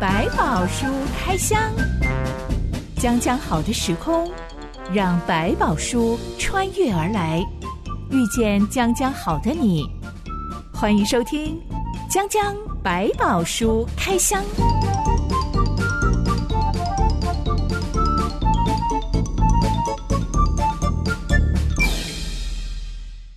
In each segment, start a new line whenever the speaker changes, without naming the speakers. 百宝书开箱，将将好的时空，让百宝书穿越而来，遇见将将好的你。欢迎收听《将将百宝书开箱》。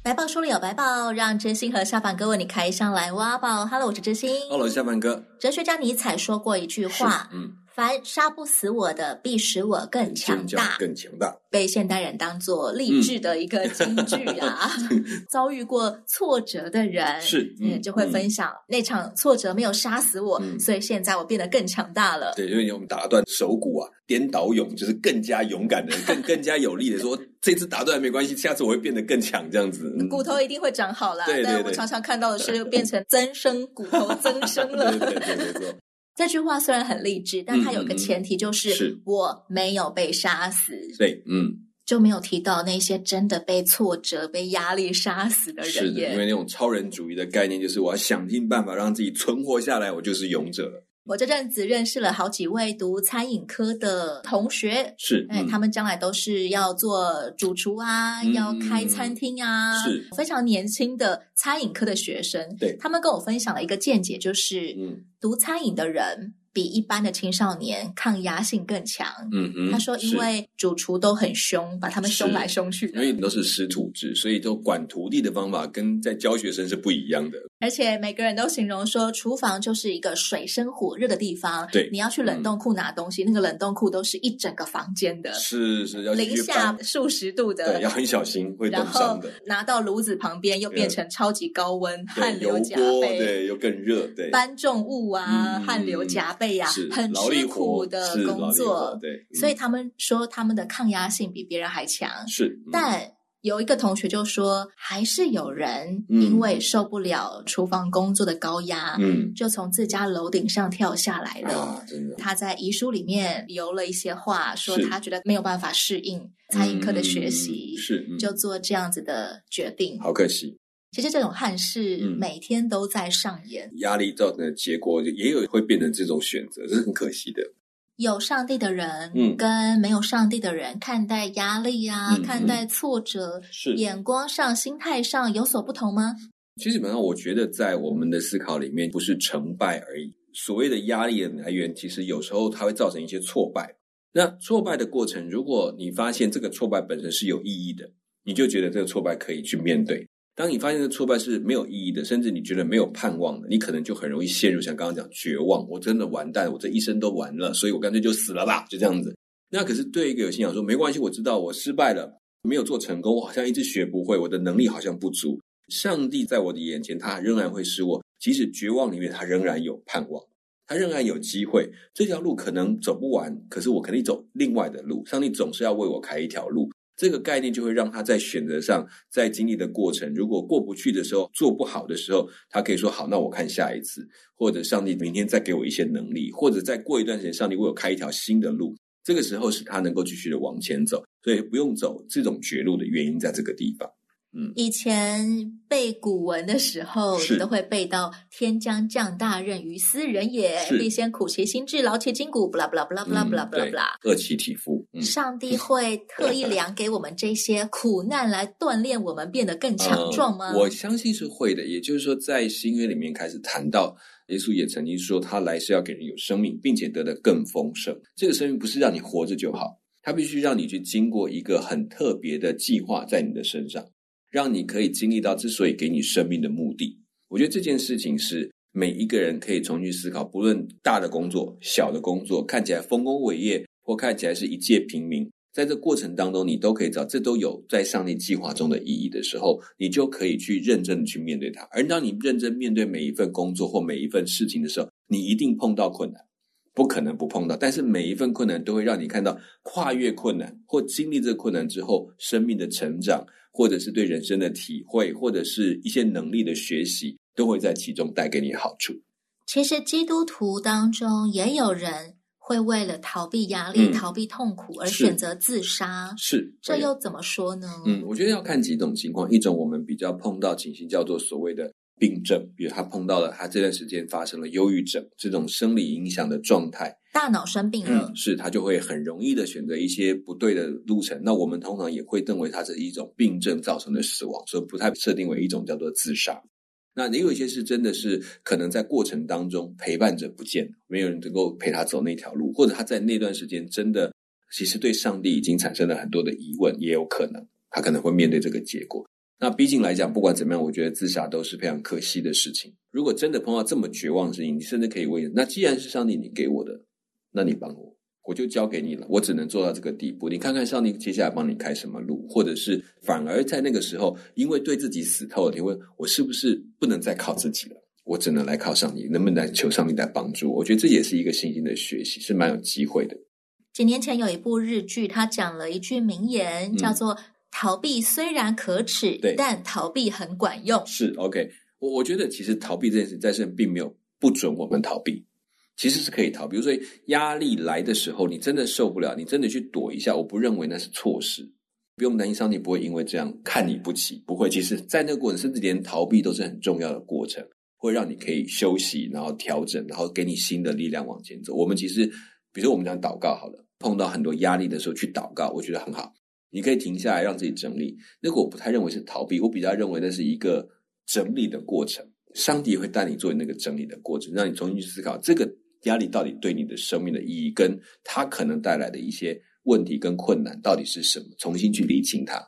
百宝书里有百宝，让真心和下凡哥为你开箱来挖宝。Hello，我是真心。
Hello，下凡哥。
哲学家尼采说过一句话：
嗯，
凡杀不死我的，必使我更强
坚强
大。
更强大。
被现代人当作励志的一个金句啊！ 遭遇过挫折的人
嗯是嗯
嗯，就会分享、那场挫折没有杀死我，
嗯
所以现在我变得更强大了。
对，因为我们打断手骨啊，颠倒勇就是更加勇敢 的，更更加有力的说，这次打断没关系，下次我会变得更强，这 样子。嗯
骨头一定会长好啦，
对对
但我
对
常常看到的是变成增生，骨头增生了。
对对对，没错。
这句话虽然很励志，但它有个前提就是、
嗯嗯是
我没有被杀死，
对，嗯，
就没有提到那些真的被挫折、被压力杀死的
是
人
的，因为
耶。
那种超人主义的概念就是我要想尽办法让自己存活下来，我就是勇者了。
我这阵子认识了好几位读餐饮科的同学。
是，
哎，
嗯
他们将来都是要做主厨啊，
嗯
要开餐厅啊，
是
非常年轻的餐饮科的学生。
对
他们跟我分享了一个见解，就是、
嗯
读餐饮的人比一般的青少年抗压性更强。
嗯哼，
他说，因
是
为主厨都很凶，把他们凶
是
来凶去
因
的，
为你都是师徒制，所以都管徒弟的方法跟在教学生是不一样的。
而且每个人都形容说，厨房就是一个水深火热的地方。
对嗯
你要去冷冻库拿东西，那个冷冻库都是一整个房间的，
是是，要
零
去
下
翻，
数十度
对，
的。
要很小心，会冻
然
伤
后
的。嗯
拿到炉子旁边，又变成超级高温，汗
对，油
流浃
锅，
背，
对，又更热，对，
搬重物啊，
嗯
汗流浃背啊
是，
很
劳力
吃苦
活
的
是劳
工
力
作
活。对，嗯
所以他们说他们的抗压性比别人还强。
是，嗯
但有一个同学就说，还是有人因为受不了厨房工作的高压，
嗯
就从自家楼顶上跳下来了。
啊，真的
他在遗书里面留了一些话，说
是
他觉得没有办法适应餐饮科的学习
嗯，是嗯
就做这样子的决定。
好可惜，
其实这种憾事
嗯
每天都在上演。
压力造成的结果也有会变成这种选择，这是很可惜的。
有上帝的人，
嗯
跟没有上帝的人看待压力啊，
嗯
看待挫折，
是
眼光上、心态上有所不同吗？
其实基本上，我觉得在我们的思考里面，不是成败而已。所谓的压力的来源，其实有时候它会造成一些挫败。那挫败的过程，如果你发现这个挫败本身是有意义的，你就觉得这个挫败可以去面对。当你发现这个挫败是没有意义的，甚至你觉得没有盼望的，你可能就很容易陷入像刚刚讲绝望，我真的完蛋，我这一生都完了，所以我干脆就死了吧，就这样子。那可是对一个有信仰说，没关系，我知道我失败了，没有做成功，我好像一直学不会，我的能力好像不足，上帝在我的眼前，他仍然会使我，即使绝望里面，他仍然有盼望，他仍然有机会。这条路可能走不完，可是我肯定走另外的路。上帝总是要为我开一条路。这个概念就会让他在选择上，在经历的过程，如果过不去的时候，做不好的时候，他可以说：“好，那我看下一次，或者上帝明天再给我一些能力，或者再过一段时间，上帝为我开一条新的路。”这个时候是他能够继续的往前走，所以不用走这种绝路的原因在这个地方。
以前背古文的时候，
是
你都会背到“天将降大任于斯人也，
是
必先苦其心志，劳其筋骨”，不啦不啦不啦不啦不啦不啦不啦。
饿其体肤，嗯，
上帝会特 意量给我们这些苦难来锻炼我们变得更强
呃
壮吗？
我相信是会的。也就是说，在新约里面开始谈到，耶稣也曾经说，他来是要给人有生命，并且得的更丰盛。这个生命不是让你活着就好，它必须让你去经过一个很特别的计划在你的身上，让你可以经历到之所以给你生命的目的。我觉得这件事情是每一个人可以重新思考，不论大的工作、小的工作，看起来丰功伟业，或看起来是一介平民，在这过程当中，你都可以找，这都有在上帝计划中的意义的时候，你就可以去认真的去面对它。而当你认真面对每一份工作或每一份事情的时候，你一定碰到困难。不可能不碰到，但是每一份困难都会让你看到跨越困难或经历这困难之后生命的成长，或者是对人生的体会，或者是一些能力的学习，都会在其中带给你好处。
其实基督徒当中也有人会为了逃避压力、
嗯
逃避痛苦而
是
选择自杀，
是，嗯
这
会有
又怎么说呢？
嗯，我觉得要看几种情况，一种我们比较碰到情形叫做所谓的病症，比如他碰到了他这段时间发生了忧郁症这种生理影响的状态，
大脑生病了，
嗯是他就会很容易的选择一些不对的路程。那我们通常也会认为它是一种病症造成的死亡，所以不太设定为一种叫做自杀。那也有一些是真的是可能在过程当中陪伴者不见了，没有人能够陪他走那条路，或者他在那段时间真的其实对上帝已经产生了很多的疑问，也有可能他可能会面对这个结果。那毕竟来讲，不管怎么样，我觉得自杀都是非常可惜的事情。如果真的碰到这么绝望的事情，你甚至可以问：那既然是上帝你给我的，那你帮我，我就交给你了。我只能做到这个地步。你看看上帝接下来帮你开什么路，或者是反而在那个时候，因为对自己死透了，你问我是不是不能再靠自己了？我只能来靠上帝，能不能来求上帝来帮助我？我觉得这也是一个信心的学习，是蛮有机会的。
几年前有一部日剧，它讲了一句名言，
嗯
叫做“逃避虽然可耻
对，
但逃避很管用
是 OK，我我觉得其实逃避这件事，在这并没有不准我们逃避，其实是可以逃避。比如说压力来的时候，你真的受不了，你真的去躲一下，我不认为那是错事。不用担心，上帝不会因为这样看你不起，不会。其实，在那个过程，甚至连逃避都是很重要的过程，会让你可以休息，然后调整，然后给你新的力量往前走。我们其实，比如说我们讲祷告好了，碰到很多压力的时候去祷告，我觉得很好。你可以停下来让自己整理，那个我不太认为是逃避，我比较认为那是一个整理的过程。上帝会带你做那个整理的过程，让你重新去思考这个压力到底对你的生命的意义，跟它可能带来的一些问题跟困难到底是什么，重新去理清它。”。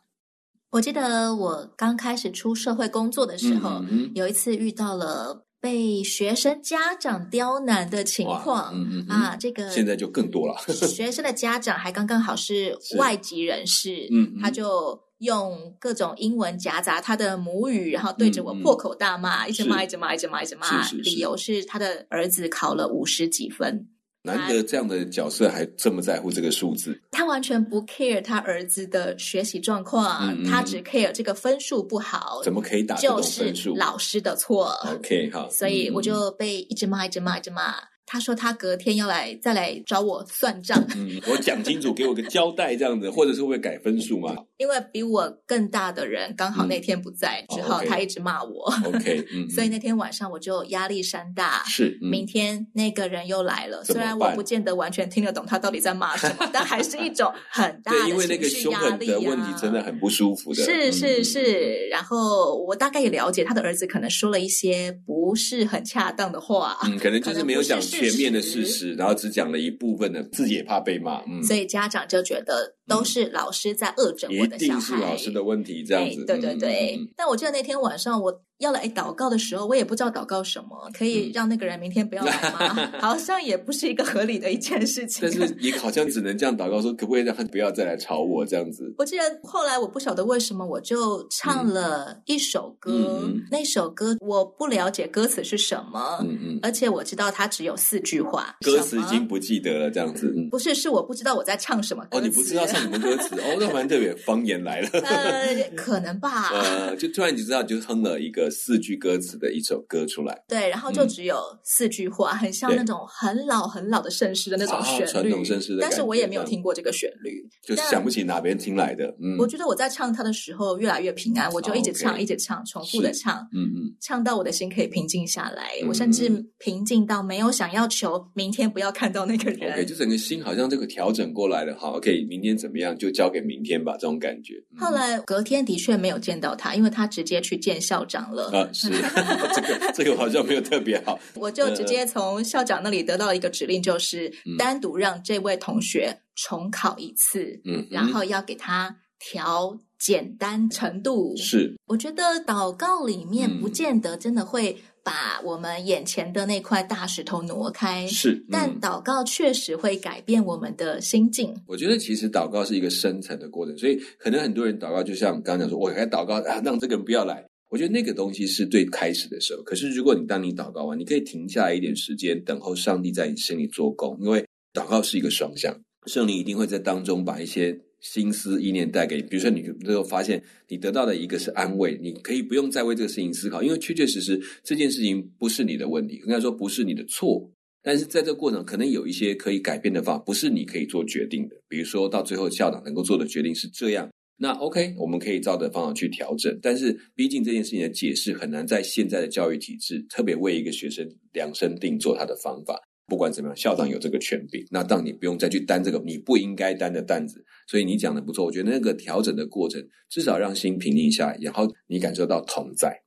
我记得我刚开始出社会工作的时候，
嗯嗯
有一次遇到了被学生家长刁难的情
哇
况、
嗯嗯嗯
啊，这个
现在就更多了。
学生的家长还刚刚好是
是
外籍人士，
嗯嗯
他就用各种英文夹杂他的母语，然后对着我破口大骂，一直骂，
嗯是
一直骂，一直骂，一直骂。
是是是
理由是他的儿子考了五十几分，
难得这样的角色还这么在乎这个数字，
他完全不 care 他儿子的学习状况，
嗯嗯嗯
他只 care 这个分数不好，
怎么可以打这种
就
分
是
数、
老师的错。
o k 好，嗯
所以我就被一直骂，一直骂，一直骂。他说他隔天要来再来找我算账，
嗯，嗯我讲清楚，给我个交代，这样子，或者是会改分数吗
因为比我更大的人刚好那天不在，
哦
只好
OK
他一直骂我，
？OK，嗯，嗯
所以那天晚上我就压力山大。
是、嗯、
明天那个人又来了，虽
怎么
然
办
我不见得完全听得懂他到底在骂 什么，但还是一种很大的
对，因为那个
情绪
凶
压
狠
力
的
呀
问题真的很不舒服的。
是是
嗯，
是，然后我大概也了解他的儿子可能说了一些不是很恰当的话，
嗯，可能就
啊可
是
能
没有
不是
讲
事
全面的
实
事实，然后只讲了一部分的，自己也怕被骂。嗯，
所以家长就觉得都是老师在恶整
一
我的小
定是
孩。
老师的问题，这样子。
哎对对
嗯
对，
嗯嗯
但我记得那天晚上我要来祷告的时候，我也不知道祷告什么，可
嗯
以让那个人明天不要来吗？ 好像也不是一个合理的一件事情。
但是也好像只能这样祷告说，可不可以让他不要再来吵我这样子？
我记得后来我不晓得为什么我就唱了一首歌，
嗯嗯嗯
那首歌我不了解歌词是什么，
嗯嗯，
而且我知道它只有四句话，
歌词已
呃什么
经不记得了，这样子。嗯
不是，是我不知道我在唱什么歌词。
哦，
啊
你不知道唱什么歌词？哦，那蛮特别，方言来了。
呃，可能吧。
呃，就突然你知道，就哼了一个四句歌词的一首歌出来，
对，然后就
嗯
只有四句话，很像
对
那种很老很老的盛世的那种
啊
旋律，
传统盛世的
但是
感
我
觉
也没有
这样
听过这个旋律。
就
但
想不起哪边听来的。嗯哦
我觉得我在唱它的时候越来越平安，我就一直唱，
OK
一直唱，重复的唱，
嗯嗯，
唱到我的心可以平静下来。
嗯
我甚至平静到没有想要求明天不要看到那个人。
OK，就整个心好像这个调整过来了，好，OK，明天怎么样就交给明天吧，这种感觉。嗯
后来隔天的确没有见到他，因为他直接去见校长了。
啊，是 这个这个好像没有特别好，
我就直接从校长那里得到一个指令，就是
嗯
单独让这位同学重考一次，
嗯哼，
然后要给他调简单程度。
嗯是
我觉得祷告里面
嗯
不见得真的会把我们眼前的那块大石头挪开，
是，嗯
但祷告确实会改变我们的心境。
我觉得其实祷告是一个深层的过程，所以可能很多人祷告，就像刚刚讲说，我该祷告啊，让这个人不要来。我觉得那个东西是最开始的时候。可是如果你当你祷告完，你可以停下来一点时间，等候上帝在你心里做工，因为祷告是一个双向，圣灵一定会在当中把一些。心思意念带给你，比如说你最后发现你得到的一个是安慰，你可以不用再为这个事情思考，因为确确实实这件事情不是你的问题，应该说不是你的错，但是在这过程中，可能有一些可以改变的方法，不是你可以做决定的。比如说到最后，校长能够做的决定是这样，那 OK，我们可以照着方法去调整，但是毕竟这件事情的解释很难在现在的教育体制特别为一个学生量身定做他的方法。不管怎么样，校长有这个权柄，那让你不用再去担这个你不应该担的担子。所以你讲的不错，我觉得那个调整的过程，至少让心平静下来，然后你感受到同在。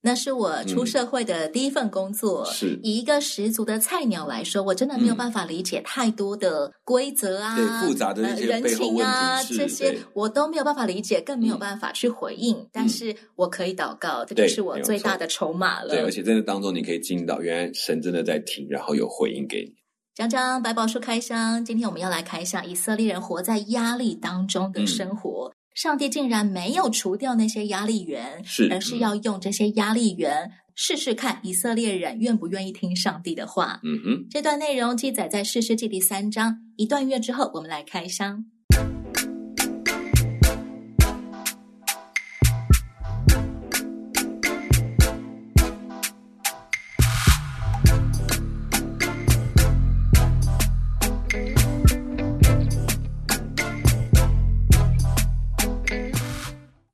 那是我出社会的第一份工作，
嗯是嗯
以一个十足的菜鸟来说，我真的没有办法理解太多的规则啊、
对复杂的那
呃
些
人
背后
情啊
问题是
这
对嗯
些，我都没有办法理解，更没有办法去回应。但是我可以祷告，这就是我最大的筹码
对，而
了。
且真的当中你可以进到，原来神真的在听，然后有回应给你。
讲讲百宝书开箱，今天我们要来开箱以色列人活在压力当中
嗯
的生活。上帝竟然没有除掉那些压力源，
是嗯
而是要用这些压力源试试看以色列人愿不愿意听上帝的话。
嗯哼，
这段内容记载在《士师记》第三章。一段月之后，我们来开箱。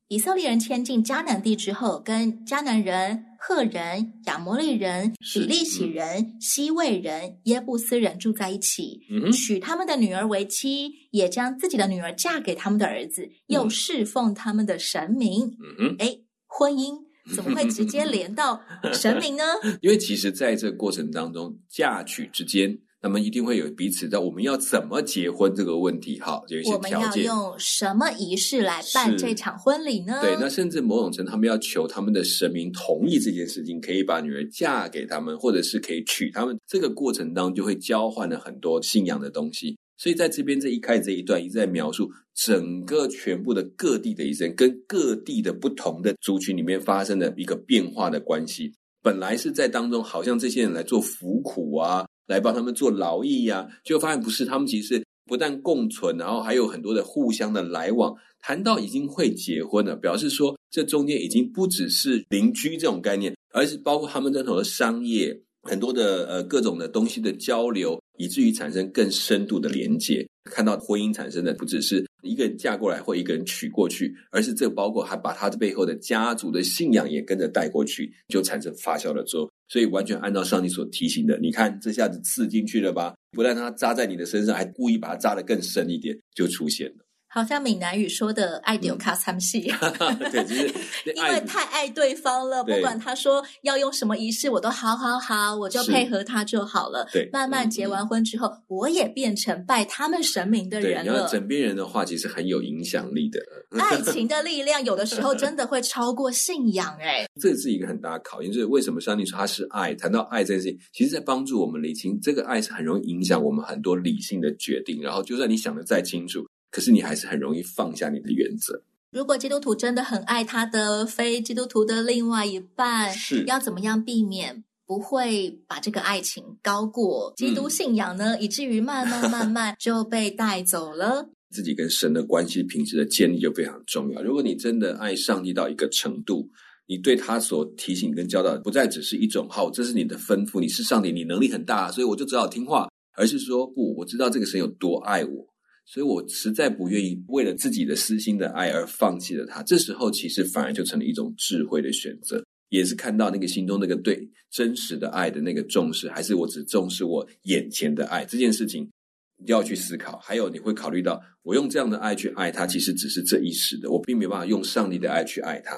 以色列人迁进迦南地之后，跟迦南人、赫人、亚摩利人、
是嗯
比利洗人、西魏人、耶布斯人住在一起，
嗯哼，
娶他们的女儿为妻，也将自己的女儿嫁给他们的儿子，又侍奉他们的神明。
嗯哼。
哎，婚姻怎么会直接连到神 明呢？
因为其实在这个过程当中，嫁娶之间，那么一定会有彼此的我们要怎么结婚这个问题，哈，有一些
我们
条
要
件。
用什么仪式来办
是
这场婚礼呢？
对，那甚至某种程度，他们要求他们的神明同意这件事情，可以把女儿嫁给他们，或者是可以娶他们。这个过程当中，就会交换了很多信仰的东西。所以在这边这一开始这一段一直在描述整个全部的各地的医生跟各地的不同的族群里面发生的一个变化的关系。本来是在当中，好像这些人来做服苦啊，来帮他们做劳役呀、结果发现不是，他们其实不但共存，然后还有很多的互相的来往。谈到已经会结婚了，表示说这中间已经不只是邻居这种概念，而是包括他们这头的商业很多的呃各种的东西的交流，以至于产生更深度的连接。看到婚姻产生的不只是一个人嫁过来或一个人娶过去，而是这包括还把他这背后的家族的信仰也跟着带过去，就产生发酵的作用。所以完全按照上帝所提醒的，你看这下子刺进去了吧？不但它扎在你的身上，还故意把它扎得更深一点，就出现了。
好像闽南语说的“爱丢卡参戏”，
嗯对，就是
因
爱
为太爱对方了，
对
不管他说要用什么仪式，我都好好好，我就是配合他就好了。
对嗯
慢慢结完婚之后，我也变成拜他们神明的
对，
人
你要
了。
枕边人的话，其实很有影响力的。
爱情的力量有的时候真的会超过信仰、哎，
这是一个很大的考验，就是为什么上帝说他是爱？谈到爱这件事情，其实在帮助我们理清，这个爱是很容易影响我们很多理性的决定。然后，就算你想的再清楚，可是你还是很容易放下你的原则。
如果基督徒真的很爱他的非基督徒的另外一半，
是
要怎么样避免不会把这个爱情高过基
嗯
督信仰呢？以至于慢 慢慢慢就被带走了。
自己跟神的关系平时的建立就非常重要。如果你真的爱上帝到一个程度，你对他所提醒跟教导，不再只是一种“好，这是你的吩咐，你是上帝，你能力很大，所以我就只好听话”，而是说不，我知道这个神有多爱我，所以我实在不愿意为了自己的私心的爱而放弃了他。这时候其实反而就成了一种智慧的选择。也是看到那个心中那个对真实的爱的那个重视，还是我只重视我眼前的爱这件事情，要去思考。还有你会考虑到，我用这样的爱去爱他，其实只是这一时的，我并没办法用上帝的爱去爱他。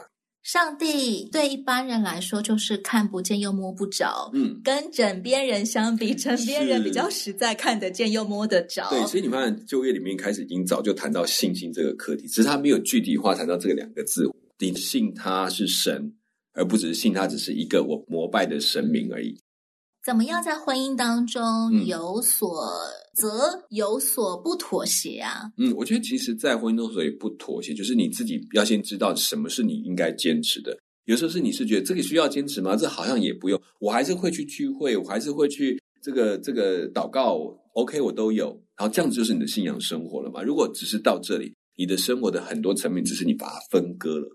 上帝对一般人来说就是看不见又摸不着，
嗯，
跟枕边人相 比，枕边人
是
比较实在，看得见又摸得着。
对，所以你发现就业里面开始已经早就谈到信心这个课题，只是他没有具体化谈到这个两个字。你信他是神，而不只是信他只是一个我膜拜的神明而已。
怎么样在婚姻当中
嗯
有所则，有所不妥协啊？
嗯，我觉得其实，在婚姻中所以不妥协，就是你自己要先知道什么是你应该坚持的。有时候是你是觉得这个需要坚持吗？这好像也不用，我还是会去聚会，我还是会去这个这个祷告，OK，我都有。然后这样子就是你的信仰生活了嘛。如果只是到这里，你的生活的很多层面只是你把它分割了、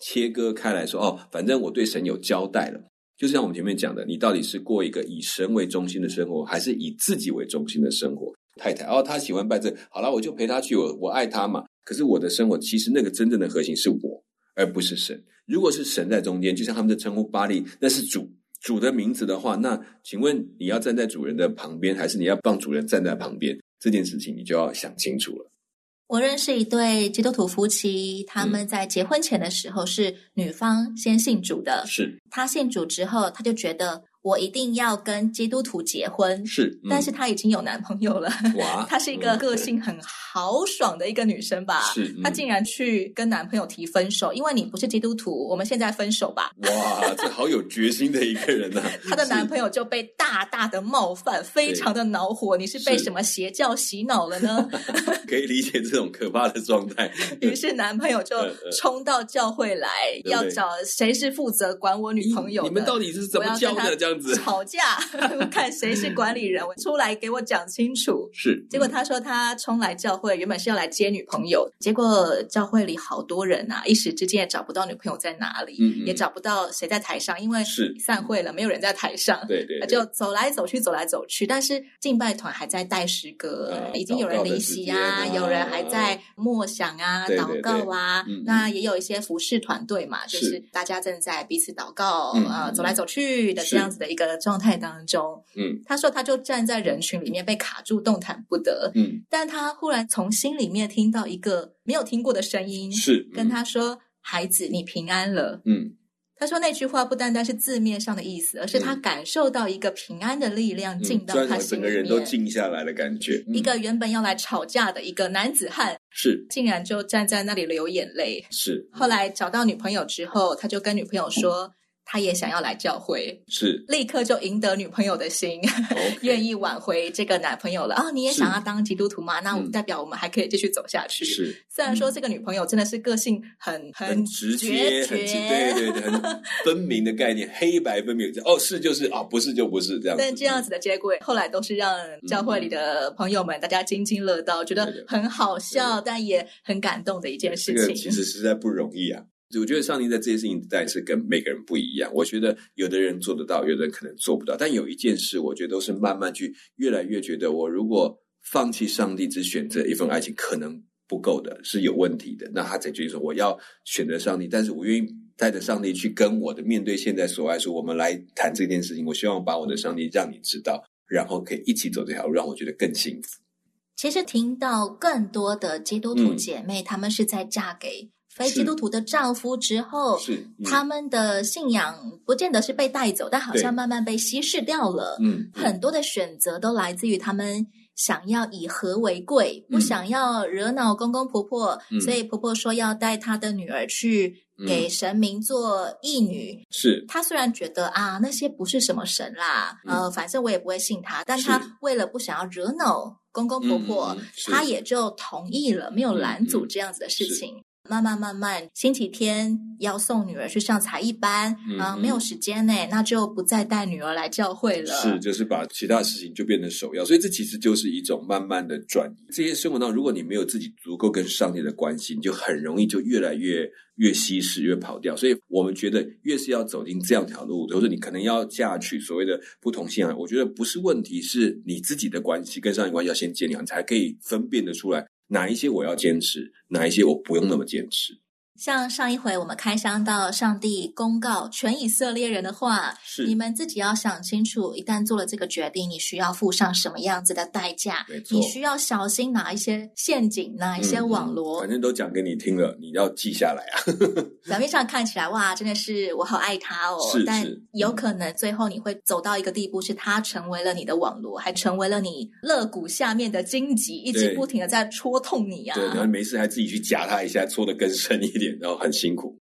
切割开来说，哦，反正我对神有交代了。就像我们前面讲的，你到底是过一个以神为中心的生活，还是以自己为中心的生活？太太哦，她喜欢拜这，好啦，我就陪她去，我我爱她嘛。可是我的生活其实那个真正的核心是我，而不是神。如果是神在中间，就像他们的称呼巴利，那是主主的名字的话，那请问你要站在主人的旁边，还是你要帮主人站在旁边？这件事情你就要想清楚了。
我认识一对基督徒夫妻，
嗯
他们在结婚前的时候是女方先信主的，
是
他信主之后，他就觉得我一定要跟基督徒结婚，
是，嗯
但是她已经有男朋友了。
哇，
她是一个
嗯
个性很豪爽的一个女生吧？
是嗯
她竟然去跟男朋友提分手，因为你不是基督徒，我们现在分手吧。
哇，这好有决心的一 个人呐、
她的男
友
朋友就被大大的冒犯，非常的恼火。你是被
是
什么邪教洗脑了 呢？
可以理解这种可怕的 状态。
于是男朋友就
嗯嗯
冲到教会来，
对
要找谁是负责管我女朋友的
你们到底是怎么教的？这样子
吵架， 看谁是管理 人，我出来给我讲清楚。
是，
结果他说他冲来教会，原本是要来接女朋友，结果教会里好多人啊，一时之间也找不到女朋友在哪里，
嗯嗯
也找不到谁在台上，因为
是
散会了，没有人在台上。
对对，对
呃就走来走去，走来走去，但是敬拜团还在带诗歌
啊，
已经有人离席啊
祷告的时，间啊
有人还在默想啊、
对对
祷告啊
对嗯嗯。
那也有一些服侍团队嘛，就是是大家正在彼此祷告
嗯，
呃，
嗯
走来走去的
是
这样子的一个状态当中。
嗯
他说他就站在人群里面被卡住，动弹不得。
嗯
但他忽然从心里面听到一个没有听过的声音，
是
嗯跟他说：“孩子，你平安了。
嗯”
他说那句话不单单是字面上的意思，而是他感受到一个平安的力量
嗯
进到
突然
他
我
心
整
里
个
面。
人都静下来的感觉，嗯
一个原本要来吵架的一个男子汉，
是
竟然就站在那里流眼泪。
是
后来找到女朋友之后，他就跟女朋友说，他也想要来教会，
是，
立刻就赢得女朋友的心。
OK
愿意挽回这个男朋友了啊、你也
是
想要当基督徒吗？那我
嗯
代表我们还可以继续走下去。
是嗯
虽然说这个女朋友真的是个性很
很直接，很
决
直
绝，
对对对，很分明的概念，黑白分明。哦，是就是啊，不是就不是这样 子。
但这样子的结果，后来都是让教会里的朋友们大家津津乐道，觉得很好笑，但也很感动的一件
这
事
个其
情。
实实在不容易啊。我觉得上帝在这些事情在是跟每个人不一样。我觉得有的人做得到，有的人可能做不到。但有一件事，我觉得都是慢慢去，越来越觉得，我如果放弃上帝，只选择一份爱情，可能不够的，是有问题的。那他才决定说，我要选择上帝，但是我愿意带着上帝去跟我的面对现在所爱说，我们来谈这件事情。我希望把我的上帝让你知道，然后可以一起走这条路，让我觉得更幸福。
其实听到更多的基督徒
嗯
姐妹，她们是在嫁给非
是
基督徒的丈夫之后，
是，嗯
她们的信仰不见得是被带走，但好像
对
慢慢被稀释掉了。
嗯，嗯
很多的选择都来自于他们想要以和为贵，
嗯
不想要惹恼公公婆婆，
嗯
所以婆婆说要带她的女儿去给神明做义女。
是
她虽然觉得啊那些不是什么神啦，
嗯
呃，反正我也不会信她，但
是
她为了不想要惹恼公公婆婆
嗯嗯嗯，是嗯
她也就同意了，没有拦阻这样子的事情。慢慢慢慢，星期天要送女儿去上才艺班啊、
嗯嗯
没有时间呢，那就不再带女儿来教会了。
是，就是把其他事情就变成首要，所以这其实就是一种慢慢的转移。这些生活当中，如果你没有自己足够跟上帝的关系，你就很容易就越来越越稀释，越跑掉。所以我们觉得越是要走进这样条路，或者你可能要嫁娶所谓的不同信仰，我觉得不是问题，是你自己的关系跟上帝关系要先建立好，你才可以分辨得出来哪一些我要坚持，哪一些我不用那么坚持。
像上一回我们开箱到上帝公告全以色列人的话，
是
你们自己要想清楚，一旦做了这个决定，你需要付上什么样子的代价
没？错
你需要小心哪一些陷阱，哪一些网
嗯嗯
罗
反。正都讲给你听了，你要记下来啊。
表面上看起来哇，真的是我好爱他哦
是，
但
是嗯
有可能最后你会走到一个地步，是他成为了你的网罗，还成为了你肋骨下面的荆棘，一直
对
不停的在戳痛你啊。
对，然后没事还自己去夹它一下，搓得更深一点，然后很辛苦。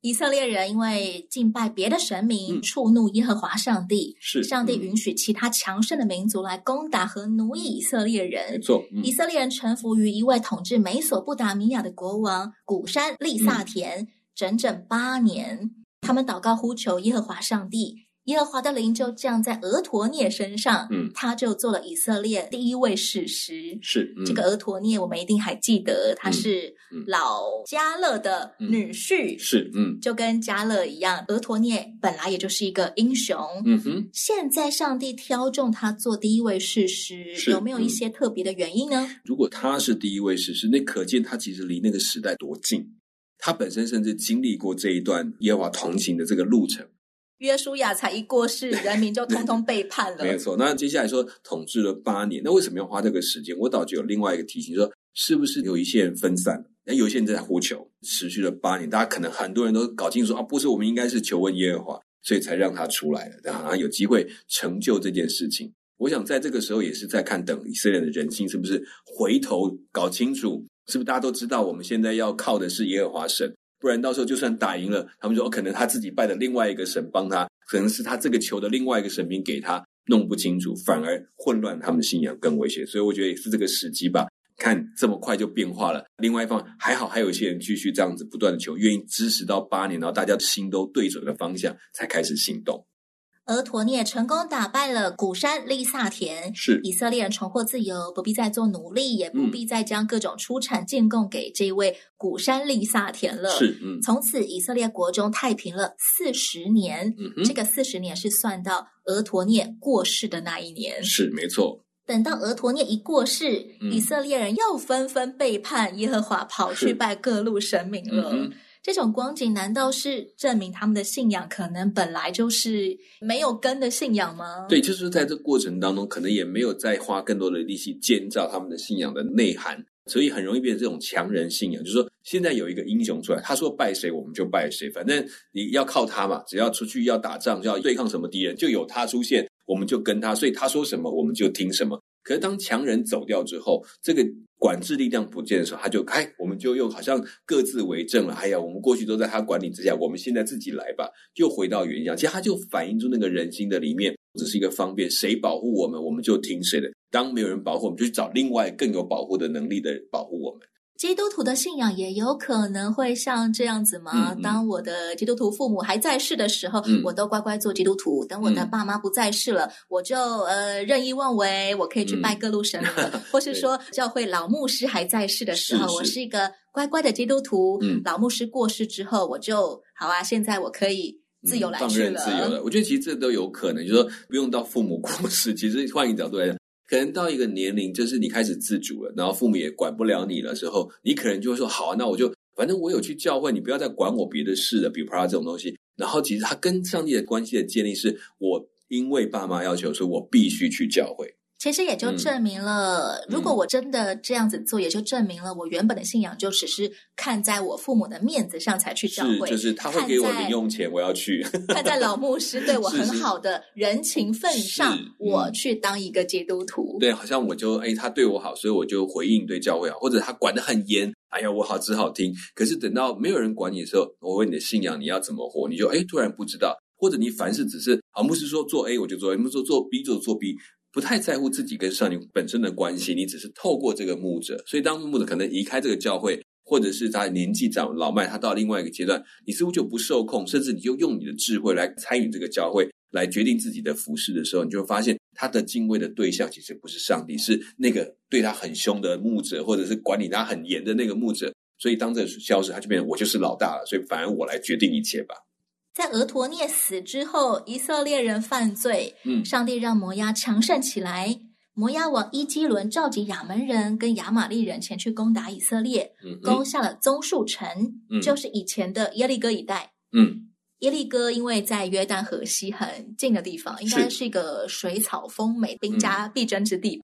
以色列人因为敬拜别的神明，
嗯
触怒耶和华上帝，
是
上帝
嗯
允许其他强盛的民族来攻打和奴役以色列
没
人。
错，嗯
以色列人臣服于一位统治美索不达米亚的国王古
嗯
山利萨田整整八年。他们祷告呼求耶和华上帝，耶和华的灵就降在俄陀涅身上，
嗯
他就做了以色列第一位史实。
是、嗯、
这个俄陀涅，我们一定还记得，他
嗯
是
嗯
老加勒的女婿，
是嗯
就跟加勒一样，俄陀涅本来也就是一个英雄。
嗯哼。
现在上帝挑中他做第一位士师，
是
有没有一
嗯
些特别的原因呢？
如果他是第一位史诗，那可见他其实离那个时代多近。他本身甚至经历过这一段耶和华同行的这个路程，
约书亚才一过世，人民就通通背叛了
没。有错。那接下来说统治了八年，那为什么要花这个时间？我倒觉得有另外一个提醒，说是不是有一些人分散了？那有一些人在呼求，持续了八年，大家可能很多人都搞清楚啊，不是我们应该是求问耶和华，所以才让他出来的，然后有机会成就这件事情。我想在这个时候也是在看等以色列的人心是不是回头搞清楚，是不是大家都知道我们现在要靠的是耶和华神，不然到时候就算打赢了，他们说、哦、可能他自己拜的另外一个神帮他，可能是他这个球的另外一个神明给他，弄不清楚，反而混乱他们信仰更危险。所以我觉得也是这个时机吧。看这么快就变化了，另外一方还好，还有一些人继续这样子不断的求，愿意支持到八年，然后大家心都对准了方向，才开始行动。
俄陀涅成功打败了古山利萨田，
是
以色列人重获自由，不必再做奴隶，也不
嗯
必再将各种出产进贡给这位古山利萨田了。
是，嗯
从此以色列国中太平了四十年。
嗯
这
哼，
个四十年是算到俄陀涅过世的那一年。
是没错。
等到俄陀涅一过世，
嗯
以色列人又纷纷背叛耶和华，跑去
是
拜各路神明了。
嗯哼，
这种光景难道是证明他们的信仰可能本来就是没有根的信仰吗？
对，就是在这过程当中，可能也没有再花更多的力气建造他们的信仰的内涵，所以很容易变成这种强人信仰。就是说，现在有一个英雄出来，他说拜谁我们就拜谁，反正你要靠他嘛，只要出去要打仗，要对抗什么敌人，就有他出现，我们就跟他，所以他说什么我们就听什么。可是当强人走掉之后，这个管制力量不见的时候，他就哎，我们就又好像各自为政了。哎呀，我们过去都在他管理之下，我们现在自己来吧，又回到原样。其实他就反映出那个人心的里面，只是一个方便，谁保护我们，我们就听谁的。当没有人保护，我们就去找另外更有保护的能力的人保护我们。
基督徒的信仰也有可能会像这样子吗？
嗯嗯
当我的基督徒父母还在世的时候，
嗯
我都乖乖做基督徒；等我的
嗯
爸妈不在世了，我就呃任意妄为，我可以去
嗯
拜各路神 明了。或是说，教会老牧师还在世的时候，
是是
我是一个乖乖的基督徒；
嗯
老牧师过世之后，我就好啊，现在我可以自由来
嗯放
去
任
了。
自由了。我觉得其实这都有可能，就是说不用到父母 过世，其实换一个角度来讲。可能到一个年龄，就是你开始自主了，然后父母也管不了你了之后，你可能就会说：好啊、那我就反正我有去教会，你不要再管我别的事了，比如 Prada 这种东西。然后其实他跟上帝的关系的建立是，我因为爸妈要求，所以我必须去教会。
其实也
嗯
就证明了，如果我真的这样子做，也就证明了我原本的信仰就只是看在我父母的面子上才去教
是，
会，
就是他会给我
看在
零用钱，我要 去。
看在老牧师对我
是是
很好的人情份上，
是嗯
我去当一个基督徒。
对，好像我就哎，他对我好，所以我就回应对教会好，或者他管得很严，哎呀，我好只好听。可是等到没有人管你的时候，我问你的信仰你要怎么活，你就哎突然不知道，或者你凡事只是啊，牧师说做 A 我就做 A，牧师说做 B 就做 B。不太在乎自己跟上帝本身的关系，你只是透过这个牧者，所以当牧者可能离开这个教会，或者是他年纪长老迈，他到另外一个阶段，你似乎就不受控，甚至你就用你的智慧来参与这个教会，来决定自己的服饰的时候，你就会发现他的敬畏的对象其实不是上帝，是那个对他很凶的牧者，或者是管理他很严的那个牧者。所以当这个消失，他就变成我就是老大了，所以反而我来决定一切吧。
在俄陀涅死之后，以色列人犯罪，
嗯，
上帝让摩押强盛起来。摩押王伊基伦召集亚门人跟亚玛利人前去攻打以色列，
嗯
攻下了棕树城，
嗯
就是以前的耶利哥一带。
嗯，
耶利哥因为在约旦河西很近的地方，应该是一个水草丰美、
嗯
兵家必争之地。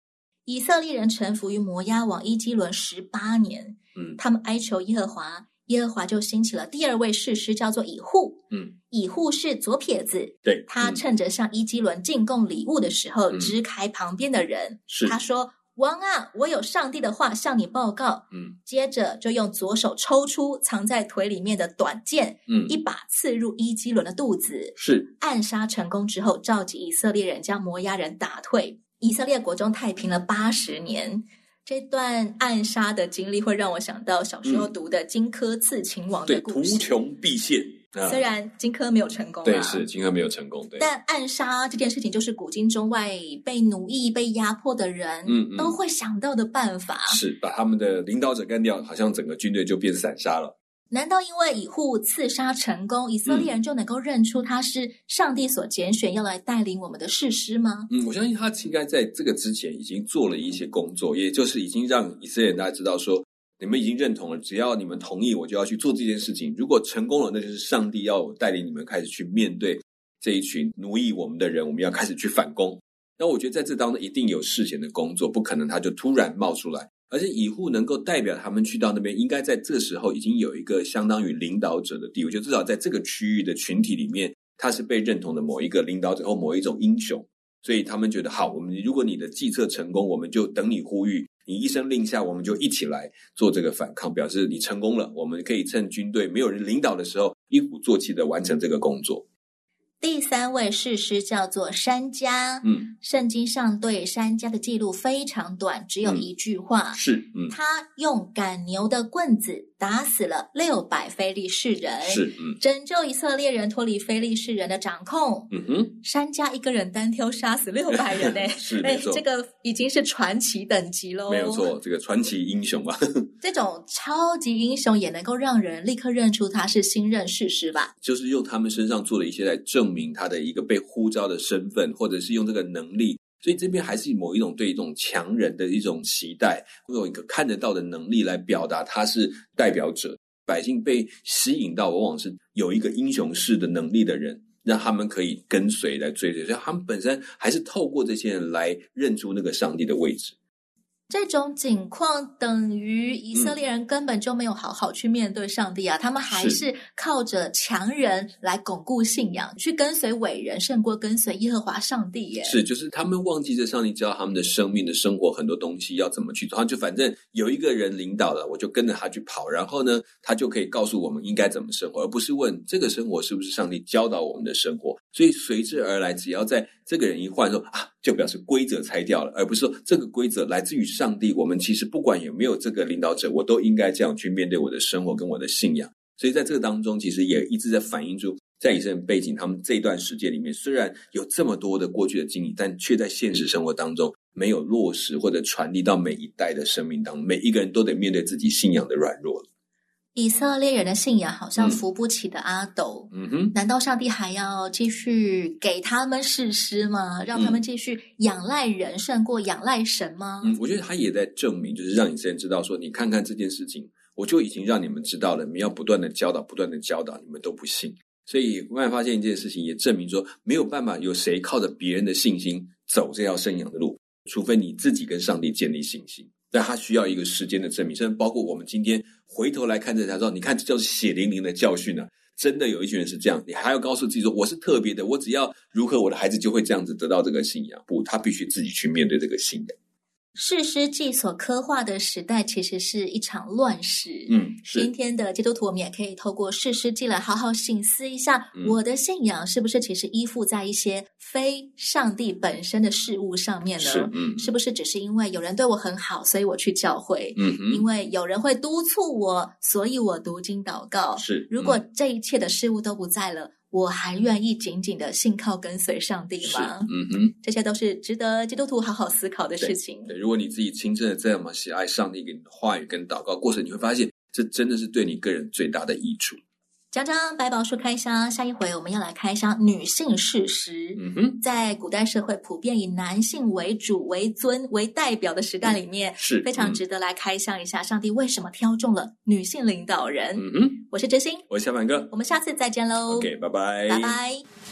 以色列人臣服于摩押王伊基伦十八年，
嗯
他们哀求耶和华，耶和华就兴起了第二位士师，叫做以户。
嗯，
以户是左撇子，
对，
他
嗯
趁着向伊基伦进贡礼物的时候，
嗯
支开旁边的人，
是
他说：“王啊，我有上帝的话向你报告。”
嗯
接着就用左手抽出藏在腿里面的短剑，
嗯
一把刺入伊基伦的肚子，
是
暗杀成功之后，召集以色列人将摩押人打退，以色列国中太平了八十年。这段暗杀的经历会让我想到小时候
嗯
读的荆轲刺秦王
对
的
图
故事。
穷匕见，那
虽然荆轲没有成功、啊，
对是金河没有成功，对，
但暗杀这件事情，就是古今中外被奴役、被压迫的人，
嗯嗯
都会想到的办法。
是把他们的领导者干掉，好像整个军队就变散沙了。
难道因为以护刺杀成功，以
嗯
色列人就能够认出他是上帝所拣选要来带领我们的士师吗？
嗯，我相信他应该在这个之前已经做了一些工作，也就是已经让以色列人大家知道说，你们已经认同了，只要你们同意，我就要去做这件事情。如果成功了，那就是上帝要我带领你们开始去面对这一群奴役我们的人，我们要开始去反攻。那我觉得在这当中一定有事前的工作，不可能他就突然冒出来。而且以户能够代表他们去到那边，应该在这时候已经有一个相当于领导者的地位，就至少在这个区域的群体里面，他是被认同的某一个领导者或某一种英雄。所以他们觉得好，我们如果你的计策成功，我们就等你呼吁，你一声令下，我们就一起来做这个反抗，表示你成功了。我们可以趁军队没有人领导的时候，一鼓作气的完成这个工作。
第三位士师叫做山家，
嗯，
圣经上对山家的记录非常短，只有
嗯
一句话。
是，嗯，
他用赶牛的棍子打死了六百非利士人，
是，嗯，
拯救以色列人脱离非利士人的掌控。
嗯哼，
山家一个人单挑杀死六百人呢、
是
哎
没错
这，个已经是传奇等级喽。
没有，错，这个传奇英雄啊，
这种超级英雄也能够让人立刻认出他是新任士师吧？
就是用他们身上做的一些来证明他的一个被呼召的身份，或者是用这个能力。所以这边还是某一种对一种强人的一种期待，用一个看得到的能力来表达他是代表者。百姓被吸引到，往往是有一个英雄式的能力的人，让他们可以跟随来追随。所以他们本身还是透过这些人来认出那个上帝的位置。
这种境况等于以色列人根本就没有好好去面对上帝啊，他们还是靠着强人来巩固信仰，去跟随伟人，胜过跟随耶和华上帝耶。
是，就是他们忘记这上帝知道他们的生命的生活很多东西要怎么去做，他就反正有一个人领导了，我就跟着他去跑，然后呢，他就可以告诉我们应该怎么生活，而不是问这个生活是不是上帝教导我们的生活。所以随之而来，只要在这个人一换说啊，就表示规则拆掉了，而不是说这个规则来自于上帝。我们其实不管有没有这个领导者，我都应该这样去面对我的生活跟我的信仰。所以在这个当中，其实也一直在反映出，在以色列背景，他们这段时间里面，虽然有这么多的过去的经历，但却在现实生活当中没有落实或者传递到每一代的生命当中，每一个人都得面对自己信仰的软弱。
以色列人的信仰好像
嗯
扶不起的阿斗，
嗯哼，
难道上帝还要继续给他们士师吗？让他们继续仰赖人胜过仰赖神吗？
嗯，我觉得他也在证明，就是让以色列人知道说，你看看这件事情，我就已经让你们知道了，你们要不断的教导，不断的教导，你们都不信。所以，我也发现一件事情，也证明说，没有办法有谁靠着别人的信心走这条信仰的路，除非你自己跟上帝建立信心。但他需要一个时间的证明，甚至包括我们今天回头来看这条说，你看这就是血淋淋的教训啊！真的有一群人是这样，你还要告诉自己说我是特别的，我只要如何，我的孩子就会这样子得到这个信仰。不，他必须自己去面对这个信仰。
士师记所刻画的时代其实是一场乱世。
嗯，
今天的基督徒，我们也可以透过士师记来好好醒思一下，
嗯
我的信仰是不是其实依附在一些非上帝本身的事物上面呢？
是，嗯
是不是只是因为有人对我很好，所以我去教会？
嗯
因
哼，
为有人会督促我，所以我读经祷告。
是。嗯
如果这一切的事物都不在了，我还愿意紧紧的信靠跟随上帝
是，
吗？
嗯哼，
这些都是值得基督徒好好思考的事情。
对。如果你自己亲身的这么喜爱上帝给你的话语跟祷告过程，你会发现这真的是对你个人最大的益处。
讲讲百宝书开箱，下一回我们要来开箱女性事实。
嗯哼，
在古代社会普遍以男性为主、为尊、为代表的时代里面，
是嗯
非常。值得来开箱一下，上帝为什么挑中了女性领导人？
嗯嗯哼，
我是真心，
我是小满哥
我们下次再见喽，
，OK，拜
拜拜。